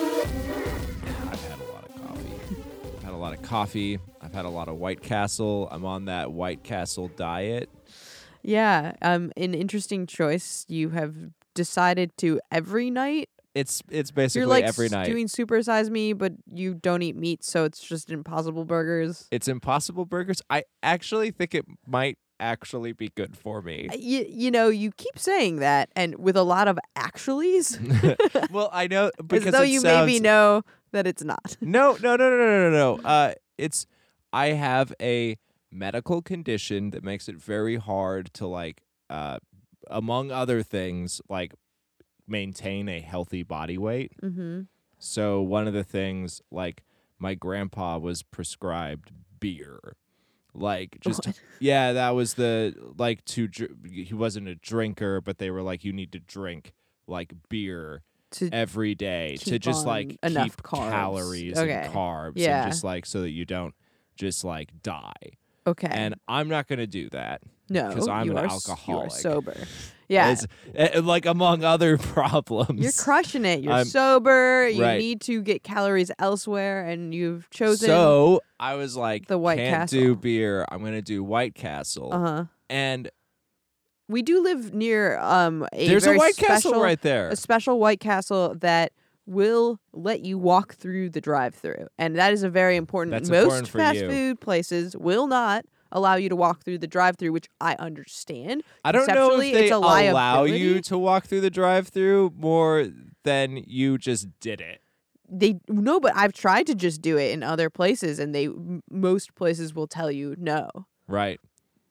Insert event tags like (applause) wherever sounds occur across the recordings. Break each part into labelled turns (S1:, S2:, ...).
S1: I've had a lot of coffee. I've had a lot of coffee. I've had a lot of White Castle. I'm on that White Castle diet.
S2: Yeah. Um, an interesting choice. You have decided to every night.
S1: It's it's basically
S2: You're like
S1: every
S2: s-
S1: night.
S2: doing Super Size Me, but you don't eat meat, so it's just Impossible Burgers.
S1: it's Impossible Burgers. I actually think it might actually be good for
S2: (laughs)
S1: me.
S2: You, Uh, you know, you keep saying that, and with a lot of
S1: (laughs)
S2: actuallys,
S1: well, I know
S2: as
S1: because
S2: though
S1: it
S2: you
S1: sounds,
S2: maybe know that it's not.
S1: No, no, no, no, no, no, no. Uh, it's I have a medical condition that makes it very hard to like, uh, among other things, like maintain a healthy body weight.
S2: Mm-hmm.
S1: So one of the things, like my grandpa was prescribed beer, like just yeah, that was the like to dr- he wasn't a drinker, but they were like you need to drink like beer
S2: To
S1: every day to
S2: keep
S1: just like
S2: on enough
S1: keep
S2: carbs.
S1: calories
S2: Okay.
S1: and carbs
S2: Yeah.
S1: and just like so that you don't just like die.
S2: okay,
S1: And I'm not gonna do that.
S2: no,
S1: 'cause I'm
S2: you
S1: an
S2: are, s- You are
S1: alcoholic. (laughs)
S2: sober. Yeah,
S1: As- eh, like among other (laughs) problems.
S2: You're crushing it. You're
S1: I'm-
S2: sober. You
S1: Right.
S2: need to get calories elsewhere, and you've chosen.
S1: So I was like,
S2: The White
S1: can't
S2: Castle.
S1: do beer. I'm gonna do White Castle.
S2: uh huh.
S1: And
S2: We do live near um. A
S1: there's a
S2: very
S1: White
S2: special,
S1: Castle right there.
S2: A special White Castle that will let you walk through the drive-through, and that is a very important.
S1: That's
S2: most
S1: important for
S2: fast
S1: you.
S2: food places will not allow you to walk through the drive-through, which I understand.
S1: I don't know
S2: conceptually,
S1: if they
S2: it's a
S1: allow you
S2: liability.
S1: to walk through the drive-through more than you just did it.
S2: They no, but I've tried to just do it in other places, and they m- most places will tell you no.
S1: Right.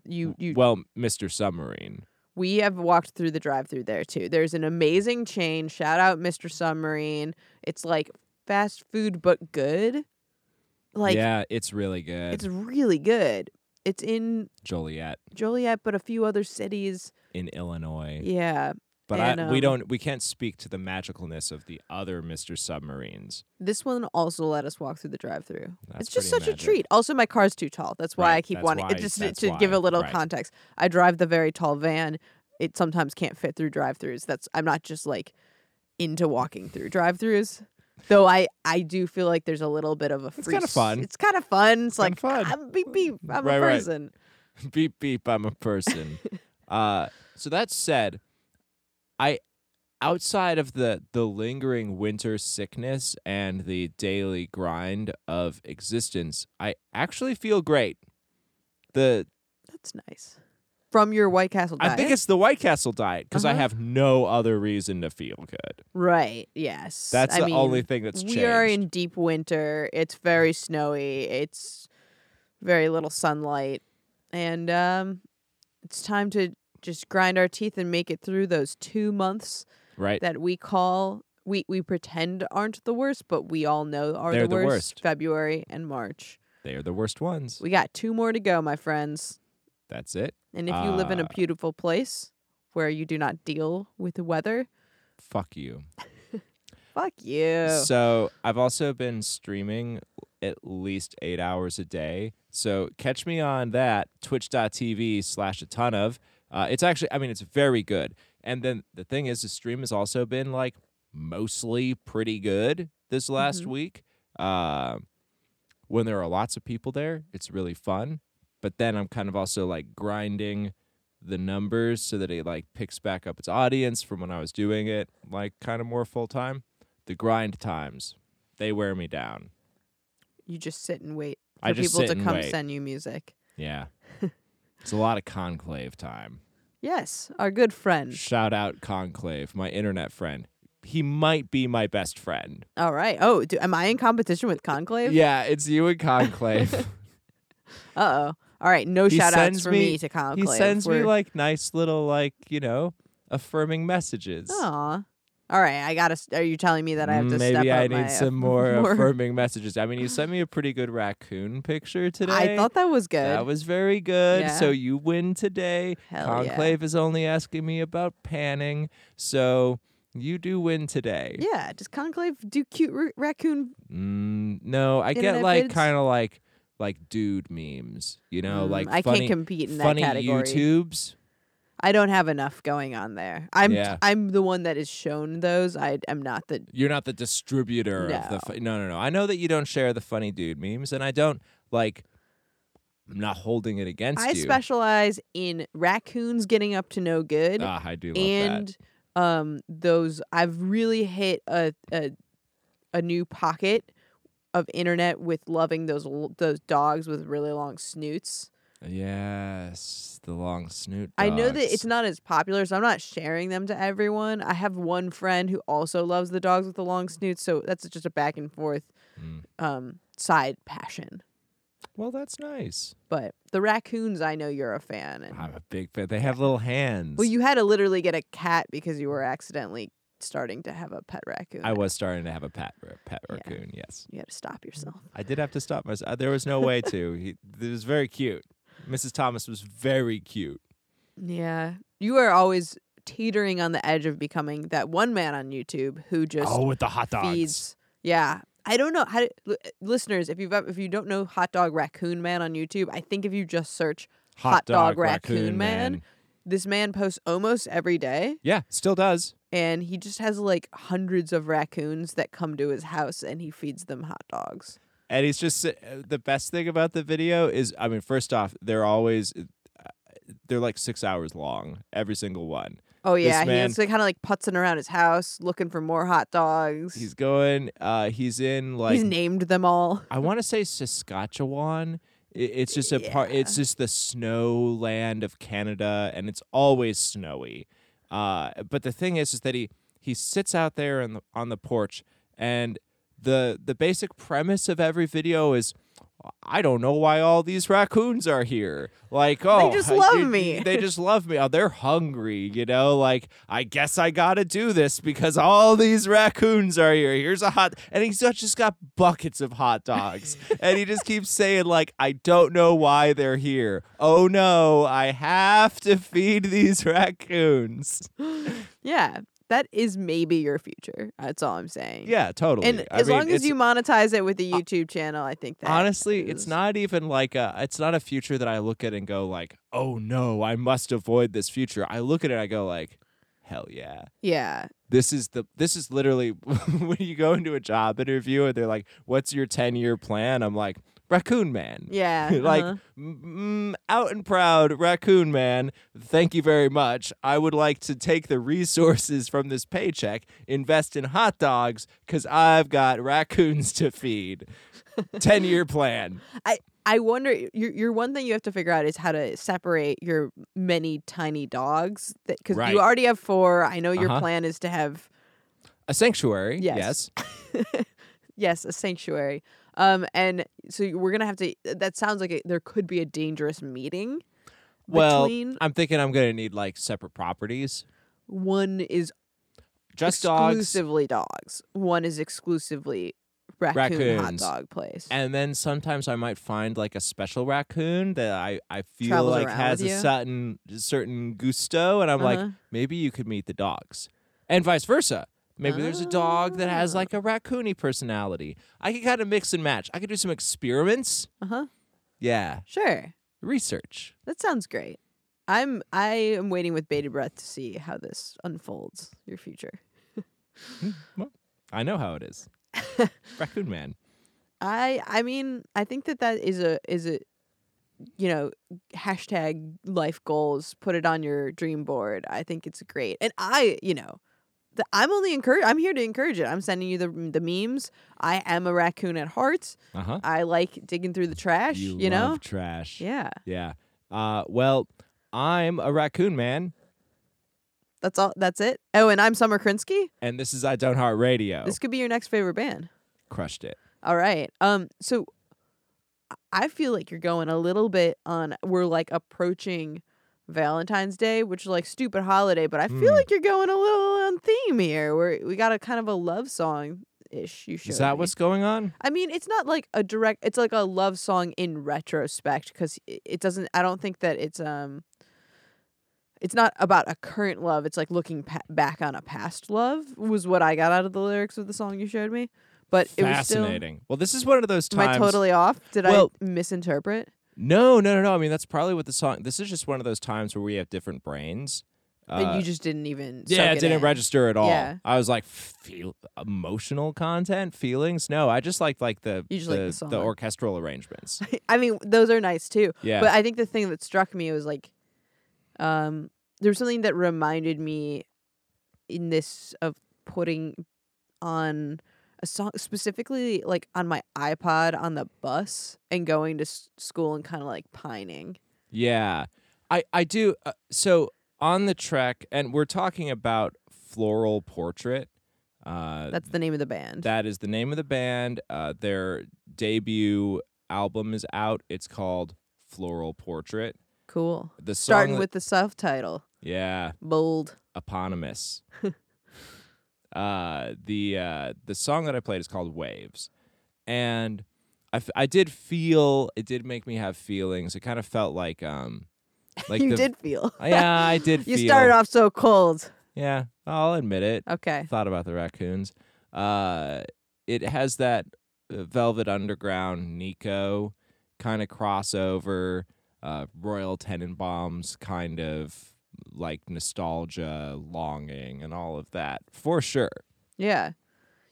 S2: You you
S1: Well, Mr. Submarine.
S2: we have walked through the drive through there too. There's an amazing chain. Shout out Mr. Submarine. It's like fast food but good. Like
S1: yeah, it's really good.
S2: it's really good. It's in
S1: Joliet
S2: Joliet but a few other cities.
S1: in Illinois.
S2: Yeah.
S1: but
S2: and,
S1: I, we
S2: um,
S1: don't we can't speak to the magicalness of the other Mr. Submarines.
S2: This one also let us walk through the drive through.
S1: That's
S2: It's just
S1: pretty
S2: such a
S1: magic.
S2: treat. Also my car's too tall. That's why I
S1: Right,
S2: keep
S1: that's
S2: wanting
S1: why-
S2: it (laughs) just
S1: that's
S2: to
S1: why,
S2: give a little
S1: right.
S2: context. I drive the very tall van. It sometimes can't fit through drive-throughs. That's I'm not just like into walking through drive-throughs. Though I I do feel like there's a little bit of a free
S1: kinda
S2: s-
S1: fun.
S2: It's kind of fun. It's, like
S1: kinda fun.
S2: I'm beep beep. I'm
S1: Right,
S2: a
S1: right.
S2: person.
S1: beep beep, I'm a person.
S2: (laughs)
S1: uh, so that said, I outside of the the lingering winter sickness and the daily grind of existence, I actually feel great. The
S2: That's nice. From your White Castle diet.
S1: I think it's the White Castle diet because I
S2: Uh-huh.
S1: have no other reason to feel good.
S2: right. Yes.
S1: That's
S2: I
S1: the
S2: mean,
S1: only thing that's changed.
S2: we are in deep winter. It's very snowy. It's very little sunlight, and um, it's time to just grind our teeth and make it through those two months
S1: right.
S2: that we call we we pretend aren't the worst, but we all know are
S1: They're
S2: the,
S1: the
S2: worst,
S1: worst.
S2: February and March.
S1: They are the worst ones.
S2: We got two more to go, my friends.
S1: That's it.
S2: And if you live in a
S1: Uh,
S2: beautiful place where you do not deal with the weather,
S1: Fuck you.
S2: fuck you.
S1: So I've also been streaming at least eight hours a day. So catch me on that twitch.tv slash a ton of. Uh, it's actually, I mean, it's very good. And then the thing is, the stream has also been like mostly pretty good this last
S2: Mhm.
S1: week. Um when there are lots of people there, it's really fun. But then I'm kind of also like grinding the numbers so that it like picks back up its audience from when I was doing it like kind of more full time the grind times they wear me down
S2: you just sit and wait for
S1: I just
S2: people
S1: sit
S2: to
S1: and
S2: come
S1: wait.
S2: send you music.
S1: yeah it's a lot of conclave time
S2: Yes, our good friend.
S1: shout out conclave my internet friend he might be my best friend
S2: All right. Oh, do, am I in competition with Conclave?
S1: yeah it's you and (laughs) conclave
S2: Uh oh. All right. No
S1: He
S2: shout outs
S1: sends
S2: for me,
S1: me-
S2: to Conclave.
S1: he sends me
S2: We're-
S1: like nice little like you know affirming messages
S2: Aw. All right. I gotta. s- Are you telling me that Oh, I have to
S1: Mm, Maybe
S2: step
S1: I
S2: up
S1: need
S2: my uh, (laughs)
S1: some more, uh, affirming messages. I mean, you sent me a pretty good raccoon picture today.
S2: I thought that was good.
S1: That was very good.
S2: Yeah.
S1: So you win today.
S2: Hell yeah.
S1: Conclave is only asking me about panning. So you do win today.
S2: yeah. Does Conclave do cute r- raccoon?
S1: Mm, no, I get
S2: Internet
S1: like
S2: bids?
S1: kind of like like dude memes, you know,
S2: Mm,
S1: like
S2: I
S1: funny,
S2: can't compete in that
S1: funny
S2: category.
S1: YouTubes.
S2: I don't have enough going on there. I'm
S1: Yeah.
S2: I'm the one that is shown those. I am not the
S1: You're not the distributor of the
S2: No.
S1: fu- no, no, no. I know that you don't share the funny dude memes, and I don't like. I'm not holding it against
S2: I
S1: you.
S2: specialize in raccoons getting up to no good
S1: ah, I do love that.
S2: and um those I've really hit a a a new pocket of internet with loving those l- those dogs with really long snoots.
S1: Yes, the long snoot.
S2: I know that
S1: dogs.
S2: it's not as popular, so I'm not sharing them to everyone. I have one friend who also loves the dogs with the long snoots, so that's just a back and forth
S1: Mm.
S2: um side passion.
S1: Well, that's nice.
S2: But the raccoons, I know you're a fan. And,
S1: I'm a big fan. They have little hands.
S2: well, you had to literally get a cat because you were accidentally starting to have a pet raccoon.
S1: I was starting to have a pet ra- pet
S2: Yeah.
S1: raccoon. Yes,
S2: You had to stop yourself.
S1: I did have to stop myself. There was no way to. He, it was very cute. Mrs. Thomas was very cute.
S2: Yeah, you are always teetering on the edge of becoming that one man on YouTube who just
S1: Oh, with the hot
S2: feeds. Yeah. I don't know how to, li- listeners. If you've if you don't know Hot Dog Raccoon Man on YouTube, I think if you just search
S1: Hot,
S2: Hot
S1: dog,
S2: Dog Raccoon Man. this man posts almost every day,
S1: Yeah, still does.
S2: and he just has like hundreds of raccoons that come to his house, and he feeds them hot dogs.
S1: And he's just uh, the best thing about the video is I mean, first off, they're always uh, they're like six hours long, every single one.
S2: Oh
S1: This
S2: yeah,
S1: man-
S2: he's like, kind of like putzing around his house looking for more hot dogs.
S1: He's going. uh He's in like
S2: he's named them all. (laughs)
S1: I want to say Saskatchewan. I- It's just a part.
S2: Yeah.
S1: It's just the snow land of Canada, and it's always snowy. Uh, but the thing is, is that he he sits out there on the, on the porch, and the the basic premise of every video is, I don't know why all these raccoons are here. Like, oh,
S2: just
S1: I-
S2: love
S1: you-
S2: me."
S1: They just love me. Oh, they're hungry. You know, like I guess I gotta do this because all these raccoons are here. Here's a hot, and he's got- just got buckets of hot
S2: (laughs)
S1: dogs, and he just keeps saying like, I don't know why they're here. Oh no, I have to feed these raccoons.
S2: Yeah, that is maybe your future. That's all I'm saying.
S1: Yeah, totally.
S2: and
S1: I
S2: as
S1: mean,
S2: long as
S1: it's-
S2: you monetize it with a YouTube channel, I think that
S1: (laughs) honestly it's
S2: is-
S1: not even like a it's not a future that i look at and go like oh no i must avoid this future i look at it and i go like hell yeah
S2: Yeah,
S1: this is the this is literally (laughs) when you go into a job interview and they're like what's your 10 year plan i'm like raccoon man
S2: yeah.
S1: (laughs) like
S2: uh-huh.
S1: mm, out and proud raccoon man thank you very much i would like to take the resources from this paycheck invest in hot dogs because i've got raccoons to
S2: (laughs)
S1: feed 10 year plan
S2: uh-huh. I wonder. Your your one thing you have to figure out is how to separate your many tiny dogs because
S1: Right.
S2: you already have four. I know your
S1: Uh-huh.
S2: plan is to have
S1: a sanctuary yes,
S2: Yes. yes, a sanctuary. Um, and so we're gonna have to. That sounds like a, there could be a dangerous meeting.
S1: well
S2: between
S1: i'm thinking i'm gonna need like separate properties
S2: one is
S1: just dogs
S2: exclusively dogs. One is exclusively raccoon hot
S1: Raccoons.
S2: dog place.
S1: And then sometimes I might find like a special raccoon that I, I feel
S2: Travels
S1: like
S2: around
S1: has
S2: with
S1: a
S2: you.
S1: certain certain gusto, and I'm like,
S2: Uh-huh.
S1: maybe you could meet the dogs, and vice versa. Maybe there's a dog that has like
S2: Ah.
S1: a raccoony personality. I could kind of mix and match. I could do some experiments.
S2: uh huh.
S1: Yeah,
S2: Sure,
S1: research.
S2: that sounds great. I'm I am waiting with bated breath to see how this unfolds. Your future.
S1: I know how it is.
S2: (laughs)
S1: raccoon man.
S2: I I mean I think that that is a is a you know hashtag life goals put it on your dream board I think it's great and I you know the, I'm only encourage I'm here to encourage it I'm sending you the the memes I am a raccoon at heart
S1: Uh huh.
S2: I like digging through the trash you, know
S1: love trash.
S2: yeah
S1: Yeah. Uh, well, I'm a raccoon man,
S2: that's all that's it oh and I'm Summer Krinsky
S1: and this is I Don't Heart Radio.
S2: this could be your next favorite band
S1: Crushed it.
S2: All right. Um so I feel like you're going a little bit on we're like approaching Valentine's Day, which is like stupid holiday, but I feel
S1: Mm.
S2: like you're going a little on theme here. Where we got a kind of a love song ish you showed
S1: Is that
S2: me.
S1: what's going on?
S2: I mean, it's not like a direct it's like a love song in retrospect cuz it doesn't I don't think that it's um it's not about a current love. It's like looking pa- back on a past love was what I got out of the lyrics of the song you showed me. But it was still.
S1: Fascinating. well, this is one of those
S2: Am I
S1: times.
S2: totally off? Did
S1: Well-
S2: I misinterpret?
S1: No, no, no, no. I mean, that's probably what the song. This is just one of those times where we have different brains.
S2: but
S1: Uh,
S2: you just didn't even.
S1: yeah,
S2: suck
S1: it
S2: it
S1: didn't
S2: in.
S1: register at all.
S2: Yeah.
S1: I was like, feel emotional content, feelings. No, I just liked like the
S2: You just
S1: the,
S2: liked the song.
S1: orchestral
S2: (laughs)
S1: arrangements.
S2: I mean, those are nice too.
S1: Yeah,
S2: But I think the thing that struck me was like, um, there was something that reminded me in this of putting on a song specifically like on my iPod on the bus and going to s- school and kind of like pining.
S1: yeah. I I do. Uh, so on the track, and we're talking about Floral Portrait. Uh,
S2: That's the name of the
S1: (laughs)
S2: band.
S1: That is the name of the band. Uh, their debut album is out. It's called Floral Portrait.
S2: cool.
S1: The song
S2: Starting
S1: that-
S2: with the subtitle,
S1: yeah,
S2: bold. (laughs)
S1: eponymous. uh, the uh, the song that I played is called Waves, and I, f- I did feel it did make me have feelings. It kind of felt like
S2: (laughs)
S1: um like
S2: you
S1: the,
S2: did feel.
S1: (laughs) yeah I did
S2: (laughs) you
S1: feel
S2: started off so cold.
S1: yeah I'll admit it
S2: Okay.
S1: thought about the raccoons. Uh, it has that uh, Velvet Underground Nico kind of crossover, uh, Royal Tenenbaums kind of like nostalgia, longing, and all of that for sure.
S2: Yeah,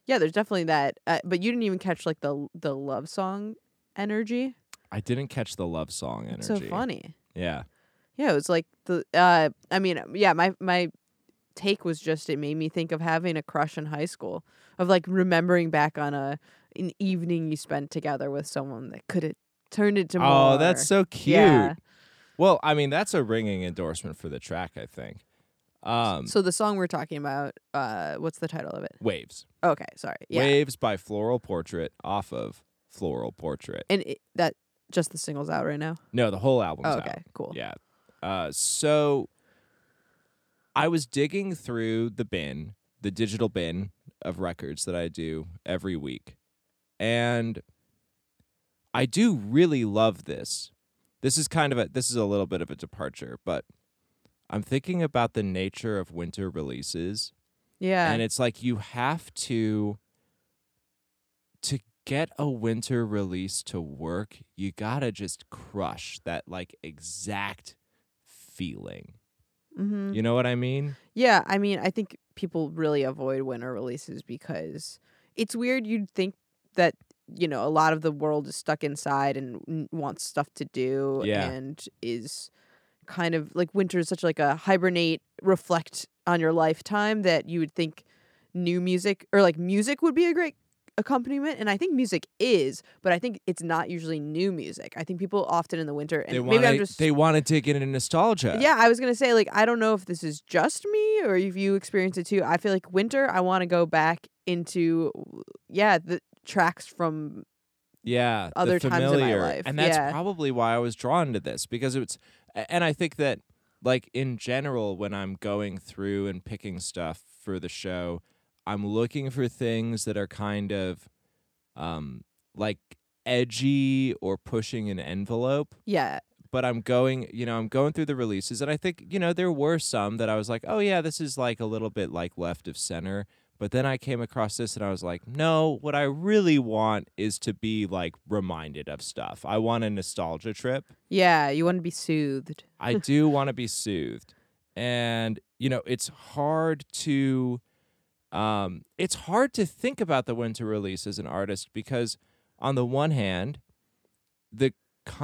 S2: yeah. There's definitely that, uh, but you didn't even catch like the the love song energy.
S1: I didn't catch the love song energy.
S2: It's so funny.
S1: Yeah,
S2: Yeah, it was like the. Uh, I mean, yeah. My my take was just it made me think of having a crush in high school, of like remembering back on a an evening you spent together with someone that could have turned it to more.
S1: Oh, that's so cute.
S2: Yeah.
S1: Well, I mean, that's a ringing endorsement for the track, I think. Um,
S2: So the song we're talking about, uh, what's the title of it?
S1: Waves.
S2: Okay, sorry. Yeah,
S1: Waves by Floral Portrait off of Floral Portrait.
S2: and it, that just the single's out right now.
S1: No, the whole album's
S2: Oh,
S1: out.
S2: okay, cool.
S1: Yeah. Uh, so I was digging through the bin, the digital bin of records that I do every week. And I do really love this. This is kind of a this is a little bit of a departure, but I'm thinking about the nature of winter releases
S2: Yeah.
S1: and it's like you have to to get a winter release to work you gotta just crush that like exact feeling
S2: mm-hmm.
S1: you know what i mean
S2: Yeah, I mean, I think people really avoid winter releases because it's weird. You'd think that you know a lot of the world is stuck inside and n- wants stuff to do,
S1: Yeah.
S2: and is kind of like winter is such like a hibernate, reflect on your lifetime that you would think new music or like music would be a great accompaniment and i think music is but i think it's not usually new music i think people often in the winter and
S1: they
S2: maybe i'm
S1: want
S2: just
S1: to they want to dig into nostalgia
S2: yeah, I was gonna say like I don't know if this is just me or if you experience it too. I feel like winter. I want to go back into yeah the tracks from
S1: yeah the
S2: other times in my
S1: familiar.
S2: life,
S1: and that's
S2: yeah.
S1: probably why i was drawn to this because it's a- and i think that like in general when i'm going through and picking stuff for the show i'm looking for things that are kind of um like edgy or pushing an envelope
S2: yeah
S1: but I'm going, you know, I'm going through the releases, and I think, you know, there were some that I was like, oh yeah, this is like a little bit like left of center. But then I came across this, and I was like, no, what I really want is to be like reminded of stuff. I want a nostalgia trip.
S2: yeah. You want to be soothed.
S1: I do want to be soothed, and you know, it's hard to, um, it's hard to think about the winter release as an artist because, on the one hand, the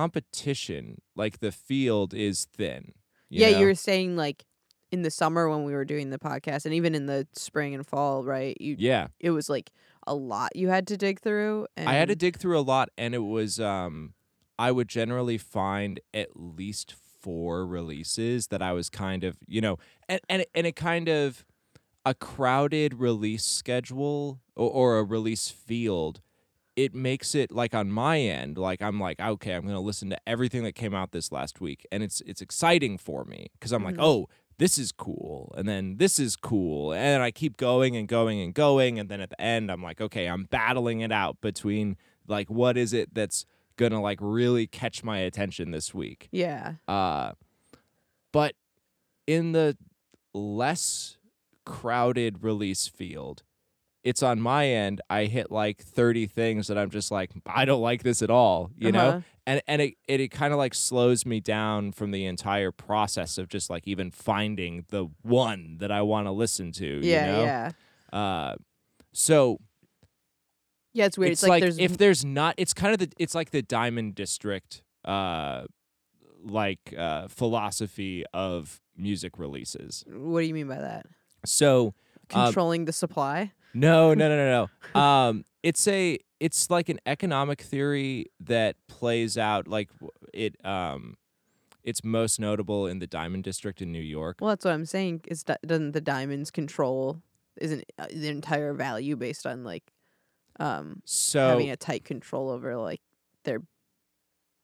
S1: competition, like the field, is thin. you
S2: yeah,
S1: know?
S2: you were saying like in the summer when we were doing the podcast and even in the spring and fall, right? You
S1: Yeah,
S2: it was like a lot you had to dig through. And
S1: I had to dig through a lot, and it was, um, I would generally find at least four releases that I was kind of, you know, and and it- and it kind of a crowded release schedule or, or a release field it makes it like on my end like i'm like okay i'm going to listen to everything that came out this last week and it's it's exciting for me cuz i'm like
S2: Mhm.
S1: oh this is cool and then this is cool and i keep going and going and going and then at the end i'm like okay i'm battling it out between like what is it that's going to like really catch my attention this week
S2: yeah
S1: uh, but in the less crowded release field, it's on my end i hit like 30 things that i'm just like i don't like this at all you
S2: Uh-huh.
S1: know and and it it, it kind of like slows me down from the entire process of just like even finding the one that i want to listen to
S2: yeah,
S1: you know
S2: yeah,
S1: uh so
S2: yeah. It's weird.
S1: it's
S2: like,
S1: like,
S2: there's
S1: if there's not it's kind of the it's like the diamond district uh like uh philosophy of music releases
S2: what do you mean by that?
S1: so Um,
S2: Controlling the supply.
S1: No, no, no, no,
S2: (laughs)
S1: no. um, it's a it's like an economic theory that plays out like w- it um it's most notable in the Diamond District in New York.
S2: Well, that's what I'm saying. Is di- doesn't the diamonds control? Isn't uh, the entire value based on like, um, having
S1: So
S2: a tight control over like their,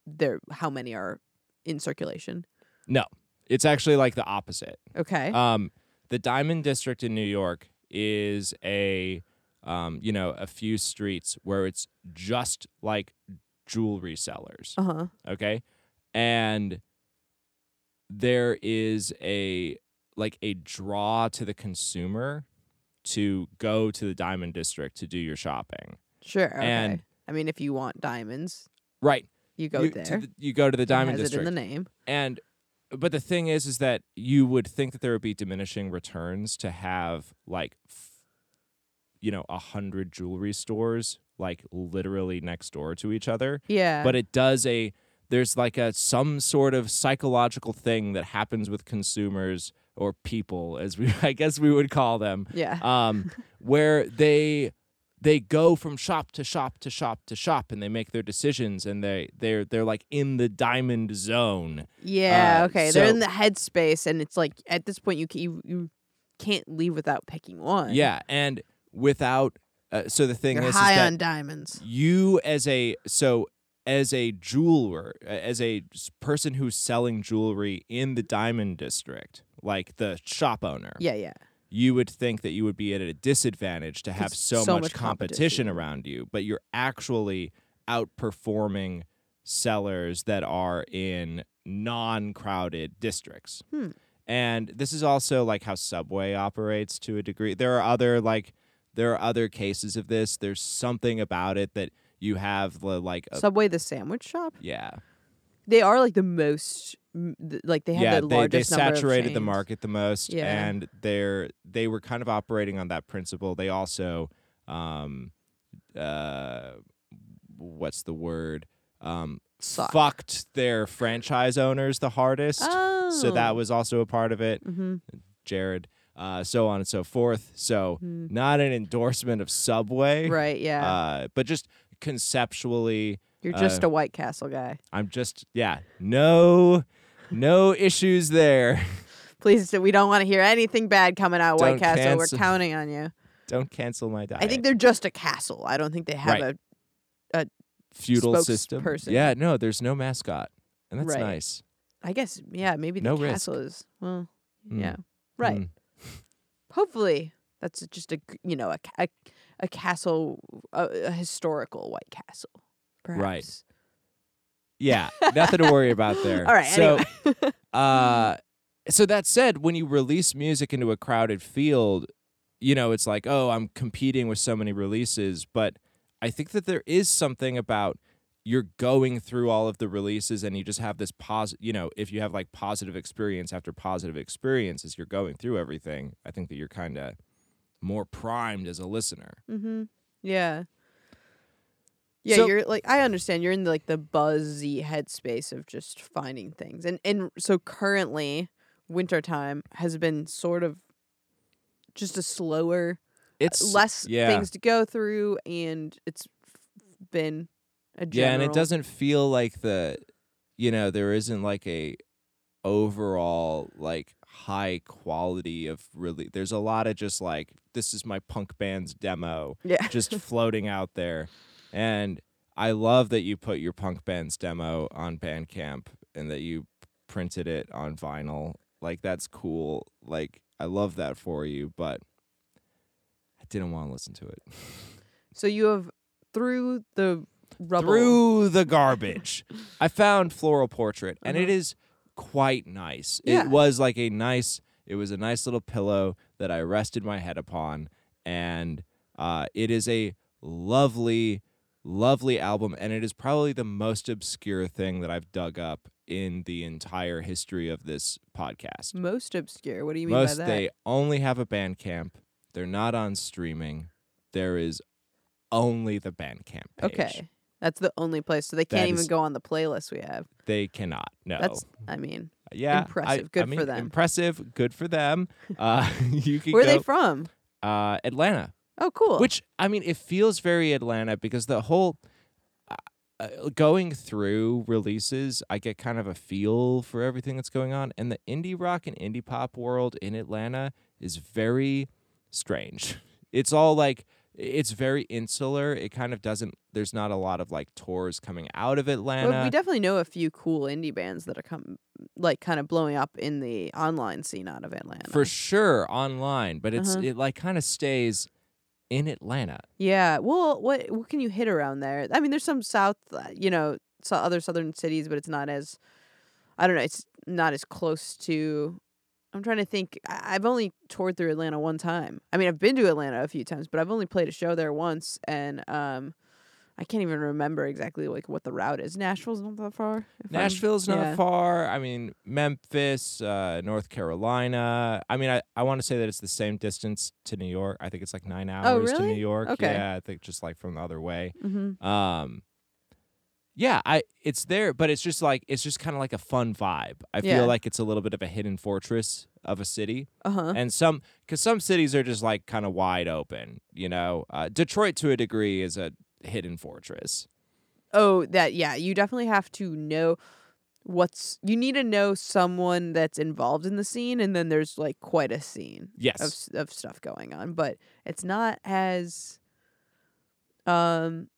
S2: their how many are in circulation?
S1: it's actually like the opposite.
S2: Okay.
S1: Um, the Diamond District in New York is a um, you know, a few streets where it's just like jewelry sellers.
S2: Uh huh.
S1: okay and there is a like a draw to the consumer to go to the diamond district to do your shopping
S2: Sure. Okay.
S1: and-
S2: I mean, if you want diamonds,
S1: right
S2: you go
S1: you, to
S2: there.
S1: the- you go to the
S2: It
S1: diamond
S2: has
S1: district
S2: it in the name.
S1: and but the thing is is that you would think that there would be diminishing returns to have like f- you know a hundred jewelry stores like literally next door to each other
S2: Yeah.
S1: but it does a there's like a some sort of psychological thing that happens with consumers or people as we (laughs) I guess we would call them
S2: yeah.
S1: um where they they go from shop to shop to shop to shop and they make their decisions and they they're they're like in the diamond zone
S2: Yeah.
S1: Uh,
S2: okay. They're in
S1: so-
S2: the headspace, and it's like at this point you can, you, you can't leave without picking one.
S1: yeah and without uh, so the thing
S2: You're
S1: is, is
S2: high
S1: that
S2: on diamonds.
S1: you as a so as a jeweler as a s- person who's selling jewelry in the diamond district like the shop owner
S2: Yeah. Yeah.
S1: you would think that you would be at a disadvantage to have
S2: 'Cause
S1: so,
S2: so
S1: much,
S2: much
S1: competition
S2: competition.
S1: around you but you're actually outperforming sellers that are in non-crowded districts
S2: Hmm.
S1: and this is also like how subway operates to a degree there are other like there are other cases of this there's something about it that you have the like a,
S2: Subway, the sandwich shop.
S1: yeah
S2: They are like the most, m- th- like they have
S1: yeah
S2: the
S1: they, they
S2: largest number of
S1: saturated the
S2: chains.
S1: market the most
S2: Yeah.
S1: and they're they were kind of operating on that principle they also um uh what's the word um
S2: Suck.
S1: fucked their franchise owners the hardest
S2: Oh.
S1: so that was also a part of it
S2: Mm-hmm.
S1: jared uh so on and so forth so (laughs) not an endorsement of subway
S2: mm-hmm. Right. Yeah.
S1: uh but just conceptually
S2: You're
S1: uh,
S2: just a White Castle guy.
S1: i'm just yeah no no issues there (laughs)
S2: Please, we don't want to hear anything bad coming out of White
S1: Don't
S2: Castle.
S1: cancel-
S2: We're counting on you.
S1: don't cancel my diet
S2: I think they're just a castle. I don't think they have
S1: Right.
S2: a.
S1: feudal system.
S2: spokesperson.
S1: Yeah, no, there's no mascot, and that's
S2: Right.
S1: nice.
S2: I guess yeah, maybe the
S1: No risk.
S2: castle is well,
S1: Mm.
S2: yeah, right.
S1: Mm.
S2: hopefully that's just a g- you know a ca- a, a castle a, a historical white castle perhaps.
S1: Yeah, nothing to worry about there.
S2: (laughs) All right,
S1: So,
S2: (laughs)
S1: uh, so that said, when you release music into a crowded field, you know it's like, oh, I'm competing with so many releases, but I think that there is something about you're going through all of the releases and you just have this positive you know if you have like positive experience after positive experience as you're going through everything i think that you're kind of more primed as a listener
S2: mm-hmm. yeah yeah
S1: So-
S2: you're like i understand you're in like the buzzy headspace of just finding things and and so currently wintertime has been sort of just a slower
S1: it's
S2: less
S1: yeah.
S2: things to go through and it's been a general
S1: Yeah, and it doesn't feel like the you know, there isn't like a overall like high quality of really there's a lot of just like this is my punk band's demo
S2: yeah
S1: just floating out there. And I love that you put your punk band's demo on Bandcamp and that you printed it on vinyl. Like that's cool. Like I love that for you, but I didn't want to listen to it.
S2: (laughs) So you have through the rubble.
S1: through the
S2: (laughs)
S1: garbage. I found floral portrait, and it
S2: Uh-huh.
S1: is quite nice.
S2: Yeah.
S1: It was like a nice. It was a nice little pillow that I rested my head upon, and Uh, it is a lovely, lovely album, and it is probably the most obscure thing that I've dug up in the entire history of this podcast.
S2: Most obscure. What do you mean
S1: Most
S2: by that?
S1: they only have a Bandcamp. They're not on streaming. There is only the Bandcamp page.
S2: okay. That's the only place. So they can't
S1: That
S2: even
S1: is-
S2: go on the playlist we have.
S1: They cannot. No.
S2: That's I mean,
S1: yeah. I-
S2: impressive. Good
S1: I mean,
S2: for them.
S1: Impressive. Good for
S2: (laughs)
S1: them. Uh, (laughs) you can
S2: where
S1: go
S2: are they from?
S1: uh, Atlanta,
S2: Oh, cool.
S1: which I mean, it feels very Atlanta because the whole uh, uh, going through releases, I get kind of a feel for everything that's going on, and the indie rock and indie pop world in Atlanta is very strange. (laughs) It's all like it's very insular. It kind of doesn't. There's not a lot of like tours coming out of Atlanta.
S2: Well, we definitely know a few cool indie bands that are come like kind of blowing up in the online scene out of Atlanta.
S1: for sure online, but it's
S2: Uh-huh.
S1: it like kind of stays in Atlanta.
S2: yeah. Well, what what can you hit around there? I mean, there's some south, uh, you know, so other southern cities, but it's not as I don't know. It's not as close to. I'm trying to think. I- I've only toured through Atlanta one time. I mean, I've been to Atlanta a few times, but I've only played a show there once, and um, I can't even remember exactly like what the route is. Nashville's not that far. if I'm-
S1: Nashville's not
S2: yeah.
S1: far. I mean, Memphis, uh, North Carolina. I mean, I, I want to say that it's the same distance to New York. I think it's like nine hours to
S2: Oh, really?
S1: New York.
S2: Okay.
S1: Yeah, I think just like from the other way.
S2: Mhm.
S1: Um, yeah, I it's there, but it's just like it's just kind of like a fun vibe. I
S2: Yeah.
S1: feel like it's a little bit of a hidden fortress of a city,
S2: Uh huh.
S1: and some because some cities are just like kind of wide open. You know, uh, Detroit to a degree is a hidden fortress.
S2: Oh, that yeah, you definitely have to know what's you need to know someone that's involved in the scene and then there's like quite a scene
S1: Yes,
S2: of s- of stuff going on, but it's not as um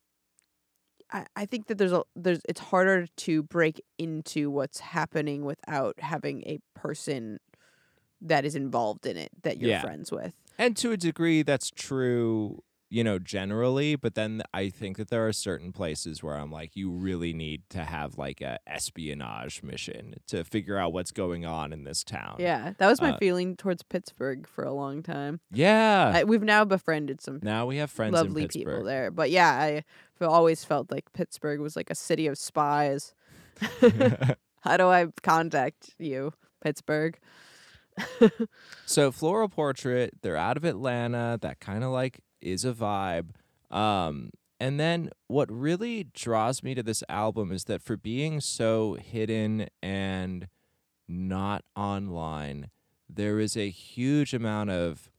S2: I, I think that there's a there's it's harder to break into what's happening without having a person that is involved in it that you're
S1: Yeah.
S2: friends with.
S1: And to a degree, that's true, you know, generally. But then I think that there are certain places where I'm like, you really need to have like a espionage mission to figure out what's going on in this town.
S2: Yeah, that was my
S1: Uh,
S2: feeling towards Pittsburgh for a long time.
S1: Yeah.
S2: I, we've now befriended some
S1: now we have friends
S2: lovely
S1: in Pittsburgh.
S2: people there. But yeah, I have always felt like Pittsburgh was like a city
S1: (laughs)
S2: of spies. (laughs) How do I contact you, Pittsburgh?
S1: So Floral Portrait, they're out of Atlanta. That kind of like is a vibe. Um, and then what really draws me to this album is that for being so hidden and not online, there is a huge amount of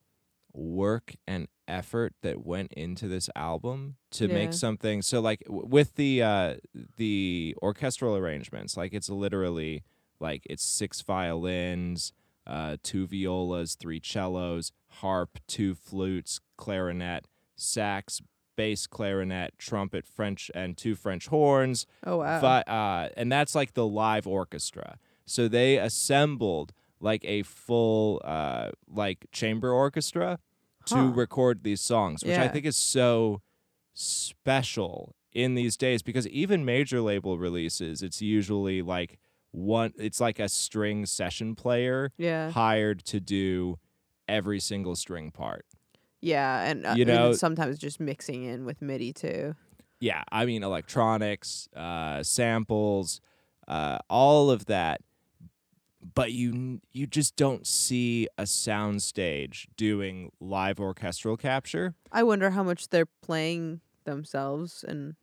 S1: work and effort that went into this album to
S2: Yeah.
S1: make something so like w- with the uh the orchestral arrangements like it's literally like it's six violins uh, two violas, three cellos, harp, two flutes, clarinet, sax, bass clarinet, trumpet, French, and two French horns.
S2: Oh wow.
S1: But, uh, and that's like the live orchestra. So they assembled like a full uh, like chamber orchestra
S2: Huh.
S1: to record these songs, which I
S2: Yeah.
S1: think is so special in these days because even major label releases, it's usually like one, it's like a string session player
S2: yeah.
S1: hired to do every single string part.
S2: Yeah, and uh,
S1: you
S2: even
S1: know-
S2: sometimes just mixing in with MIDI too.
S1: Yeah, I mean electronics, uh, samples, uh, all of that. But you you just don't see a soundstage doing live orchestral capture.
S2: I wonder how much they're playing themselves and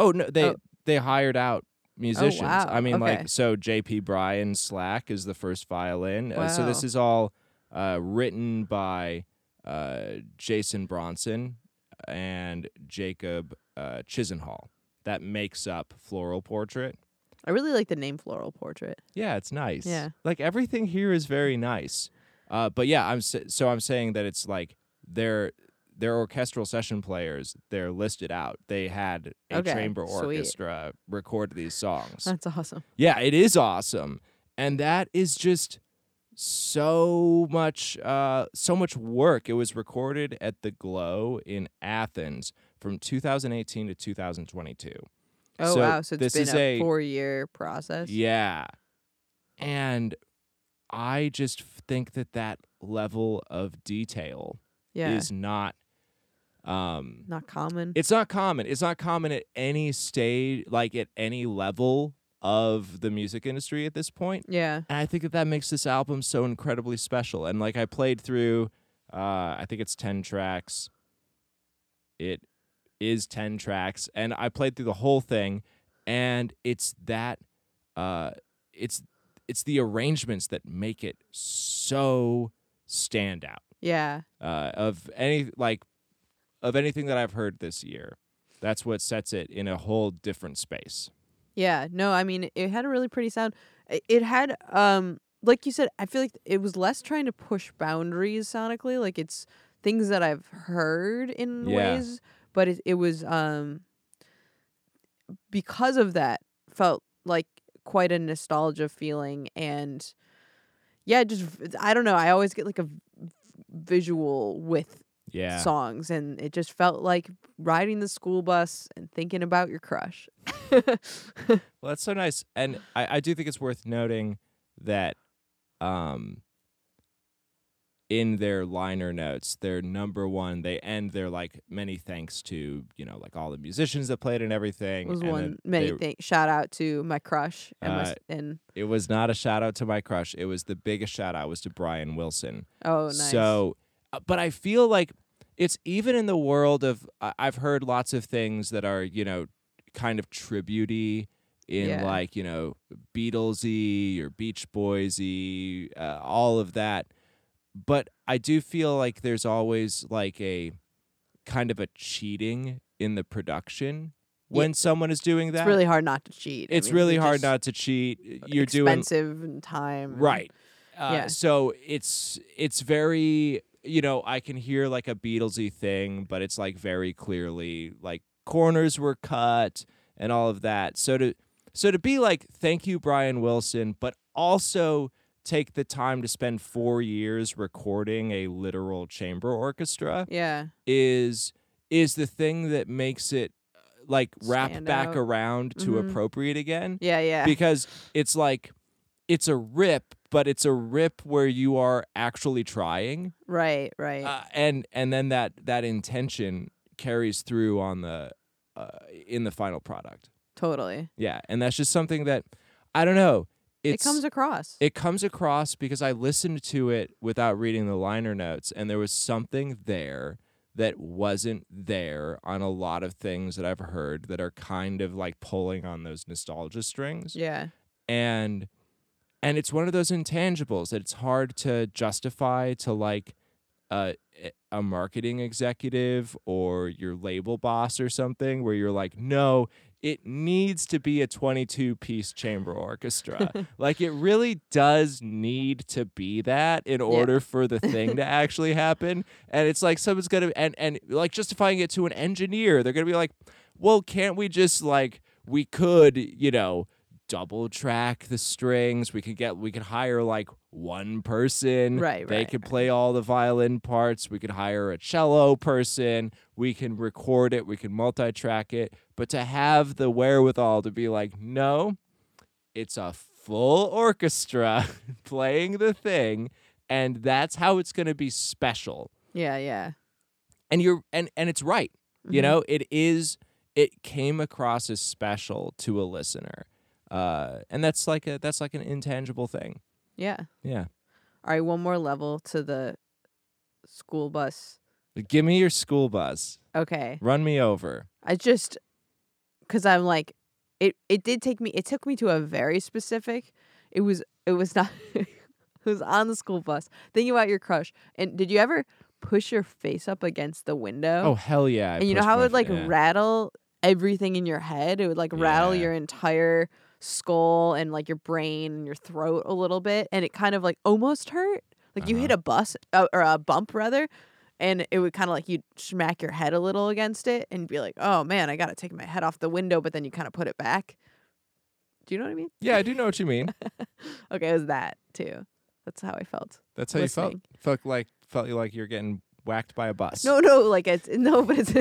S1: Oh no, they
S2: Oh.
S1: they hired out musicians.
S2: wow,
S1: I mean,
S2: okay.
S1: like so J.P. Bryan Slack is the first violin. Uh, so this
S2: Wow.
S1: is all uh, written by uh, Jason Bronson and Jacob uh, Chisenhall. That makes up Floral Portrait.
S2: I really like the name Floral Portrait.
S1: Yeah, it's nice.
S2: Yeah.
S1: like everything here is very nice. Uh, but yeah, I'm s so I'm saying that it's like they're they're orchestral session players. They're listed out. They had a
S2: Okay,
S1: chamber
S2: sweet.
S1: orchestra record these songs.
S2: That's awesome.
S1: yeah, it is awesome, and that is just so much uh, so much work. It was recorded at the Glow in Athens from 2018 to 2022.
S2: Oh
S1: So
S2: wow, so it's
S1: this
S2: been
S1: is a-
S2: a, four-year process.
S1: Yeah. And I just f- think that that level of detail
S2: yeah.
S1: is not Um,
S2: Not common.
S1: it's not common. It's not common at any stage, like at any level of the music industry at this point.
S2: yeah.
S1: And I think that that makes this album so incredibly special. And like I played through, uh, I think it's 10 tracks. It is 10 tracks. And I played through the whole thing. And it's that, uh, it's, it's the arrangements that make it so stand out
S2: Yeah.
S1: uh, of any like of anything that I've heard this year. That's what sets it in a whole different space.
S2: Yeah, no, I mean it had a really pretty sound. I- It had um like you said, I feel like it was less trying to push boundaries sonically, like it's things that I've heard in
S1: Yeah.
S2: ways, but it it was um because of that felt like quite a nostalgia feeling and yeah, just v- I don't know, I always get like a v- visual with
S1: Yeah.
S2: songs and it just felt like riding the school bus and thinking about your crush. (laughs)
S1: Well, that's so nice, and I, I do think it's worth noting that, um, in their liner notes, their number one, they end their like many thanks to you know like all the musicians that played and everything.
S2: was
S1: and then
S2: one many
S1: they-
S2: thing shout out to my crush and, my,
S1: Uh,
S2: s- and
S1: It was not a shout out to my crush. It was the biggest shout out was to Brian Wilson.
S2: oh nice
S1: So, uh, but I feel like it's even in the world of I- I've heard lots of things that are you know kind of tributey in
S2: Yeah.
S1: like you know Beatlesy or Beach Boysy, uh, all of that. But I do feel like there's always like a kind of a cheating in the production
S2: Yeah.
S1: when someone is doing that.
S2: it's really hard not to cheat I
S1: It's
S2: mean,
S1: really
S2: it
S1: hard
S2: just
S1: not to cheat. You're doing
S2: expensive and time and-
S1: Right. Uh,
S2: Mm-hmm. Yeah.
S1: So it's it's very you know I can hear like a Beatlesy thing, but it's like very clearly like corners were cut and all of that. So to so to be like thank you Brian Wilson, but also take the time to spend four years recording a literal chamber orchestra
S2: yeah
S1: is is the thing that makes it uh, like wrap
S2: Stand
S1: back
S2: out.
S1: around to
S2: Mhm.
S1: appropriate again
S2: yeah yeah
S1: because it's like it's a rip but it's a rip where you are actually trying
S2: right right
S1: uh, and and then that that intention carries through on the uh, in the final product
S2: totally
S1: yeah and that's just something that i don't know it's,
S2: it comes across
S1: it comes across because i listened to it without reading the liner notes and there was something there that wasn't there on a lot of things that i've heard that are kind of like pulling on those nostalgia strings
S2: yeah
S1: and and it's one of those intangibles that it's hard to justify to like a a marketing executive or your label boss or something where you're like no it needs to be a 22 piece chamber orchestra like it really does need to be that in order for the thing to actually happen and it's like someone's gonna and and like justifying it to an engineer they're gonna be like well can't we just like we could you know double track the strings. We could get we could hire like one person.
S2: Right,
S1: They
S2: right,
S1: could play all the violin parts. We could hire a cello person. We can record it. We can multi-track it. But to have the wherewithal to be like, no, it's a full orchestra (laughs) playing the thing, and that's how it's gonna be special.
S2: yeah yeah
S1: And you're and and it's right you
S2: Mhm.
S1: know it is it came across as special to a listener uh and that's like a that's like an intangible thing
S2: yeah
S1: yeah
S2: all right one more level to the school bus
S1: give me your school bus
S2: okay
S1: run me over
S2: I just because I'm like it it did take me it took me to a very specific it was it was not (laughs) it was on the school bus thinking about your crush and did you ever push your face up against the window
S1: oh hell yeah I
S2: and you know
S1: pushed
S2: how
S1: my
S2: it would
S1: f-
S2: like
S1: yeah.
S2: rattle everything in your head it would like rattle
S1: Yeah.
S2: your entire skull and like your brain and your throat a little bit and it kind of like almost hurt like you hit
S1: Uh-huh.
S2: a bus uh, or a bump rather and it would kind of like you'd smack your head a little against it and be like oh man i gotta take my head off the window but then you kind of put it back do you know what i mean
S1: yeah i do know what you mean
S2: okay it was that too that's how i felt
S1: that's how you
S2: Listening.
S1: felt felt like felt like you're getting whacked by a bus
S2: (laughs) no no like it's no but it's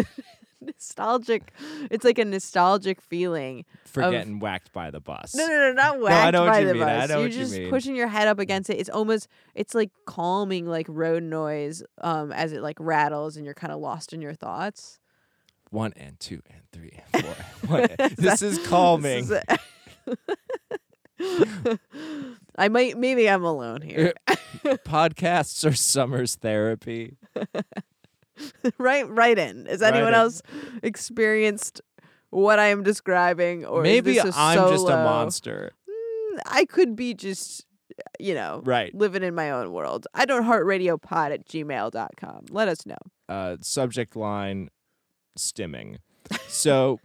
S2: nostalgic. It's like a nostalgic feeling.
S1: for
S2: Of-
S1: getting whacked by the bus.
S2: um, No, no, no, not whacked
S1: I know what
S2: by
S1: you
S2: the
S1: mean. I
S2: bus.
S1: know
S2: You're
S1: what you
S2: just
S1: mean.
S2: pushing your head up against it. It's almost it's like calming like road noise um as it like rattles and you're kind of lost in your thoughts. (laughs)
S1: One and two and three and four. (laughs) and one
S2: (laughs)
S1: and- this is calming.
S2: This is- (laughs) I might maybe I'm alone here.
S1: Podcasts are summer's therapy.
S2: (laughs) right right in. Has
S1: Write
S2: anyone
S1: Eh. in.
S2: else experienced what I am describing or is
S1: Maybe
S2: this a
S1: I'm just a
S2: solo-
S1: monster.
S2: Mm, I could be just you know
S1: Right.
S2: living in my own world. I don't heart radio pod at gmail.com. Let us know.
S1: Uh, subject line
S2: (laughs)
S1: stimming. So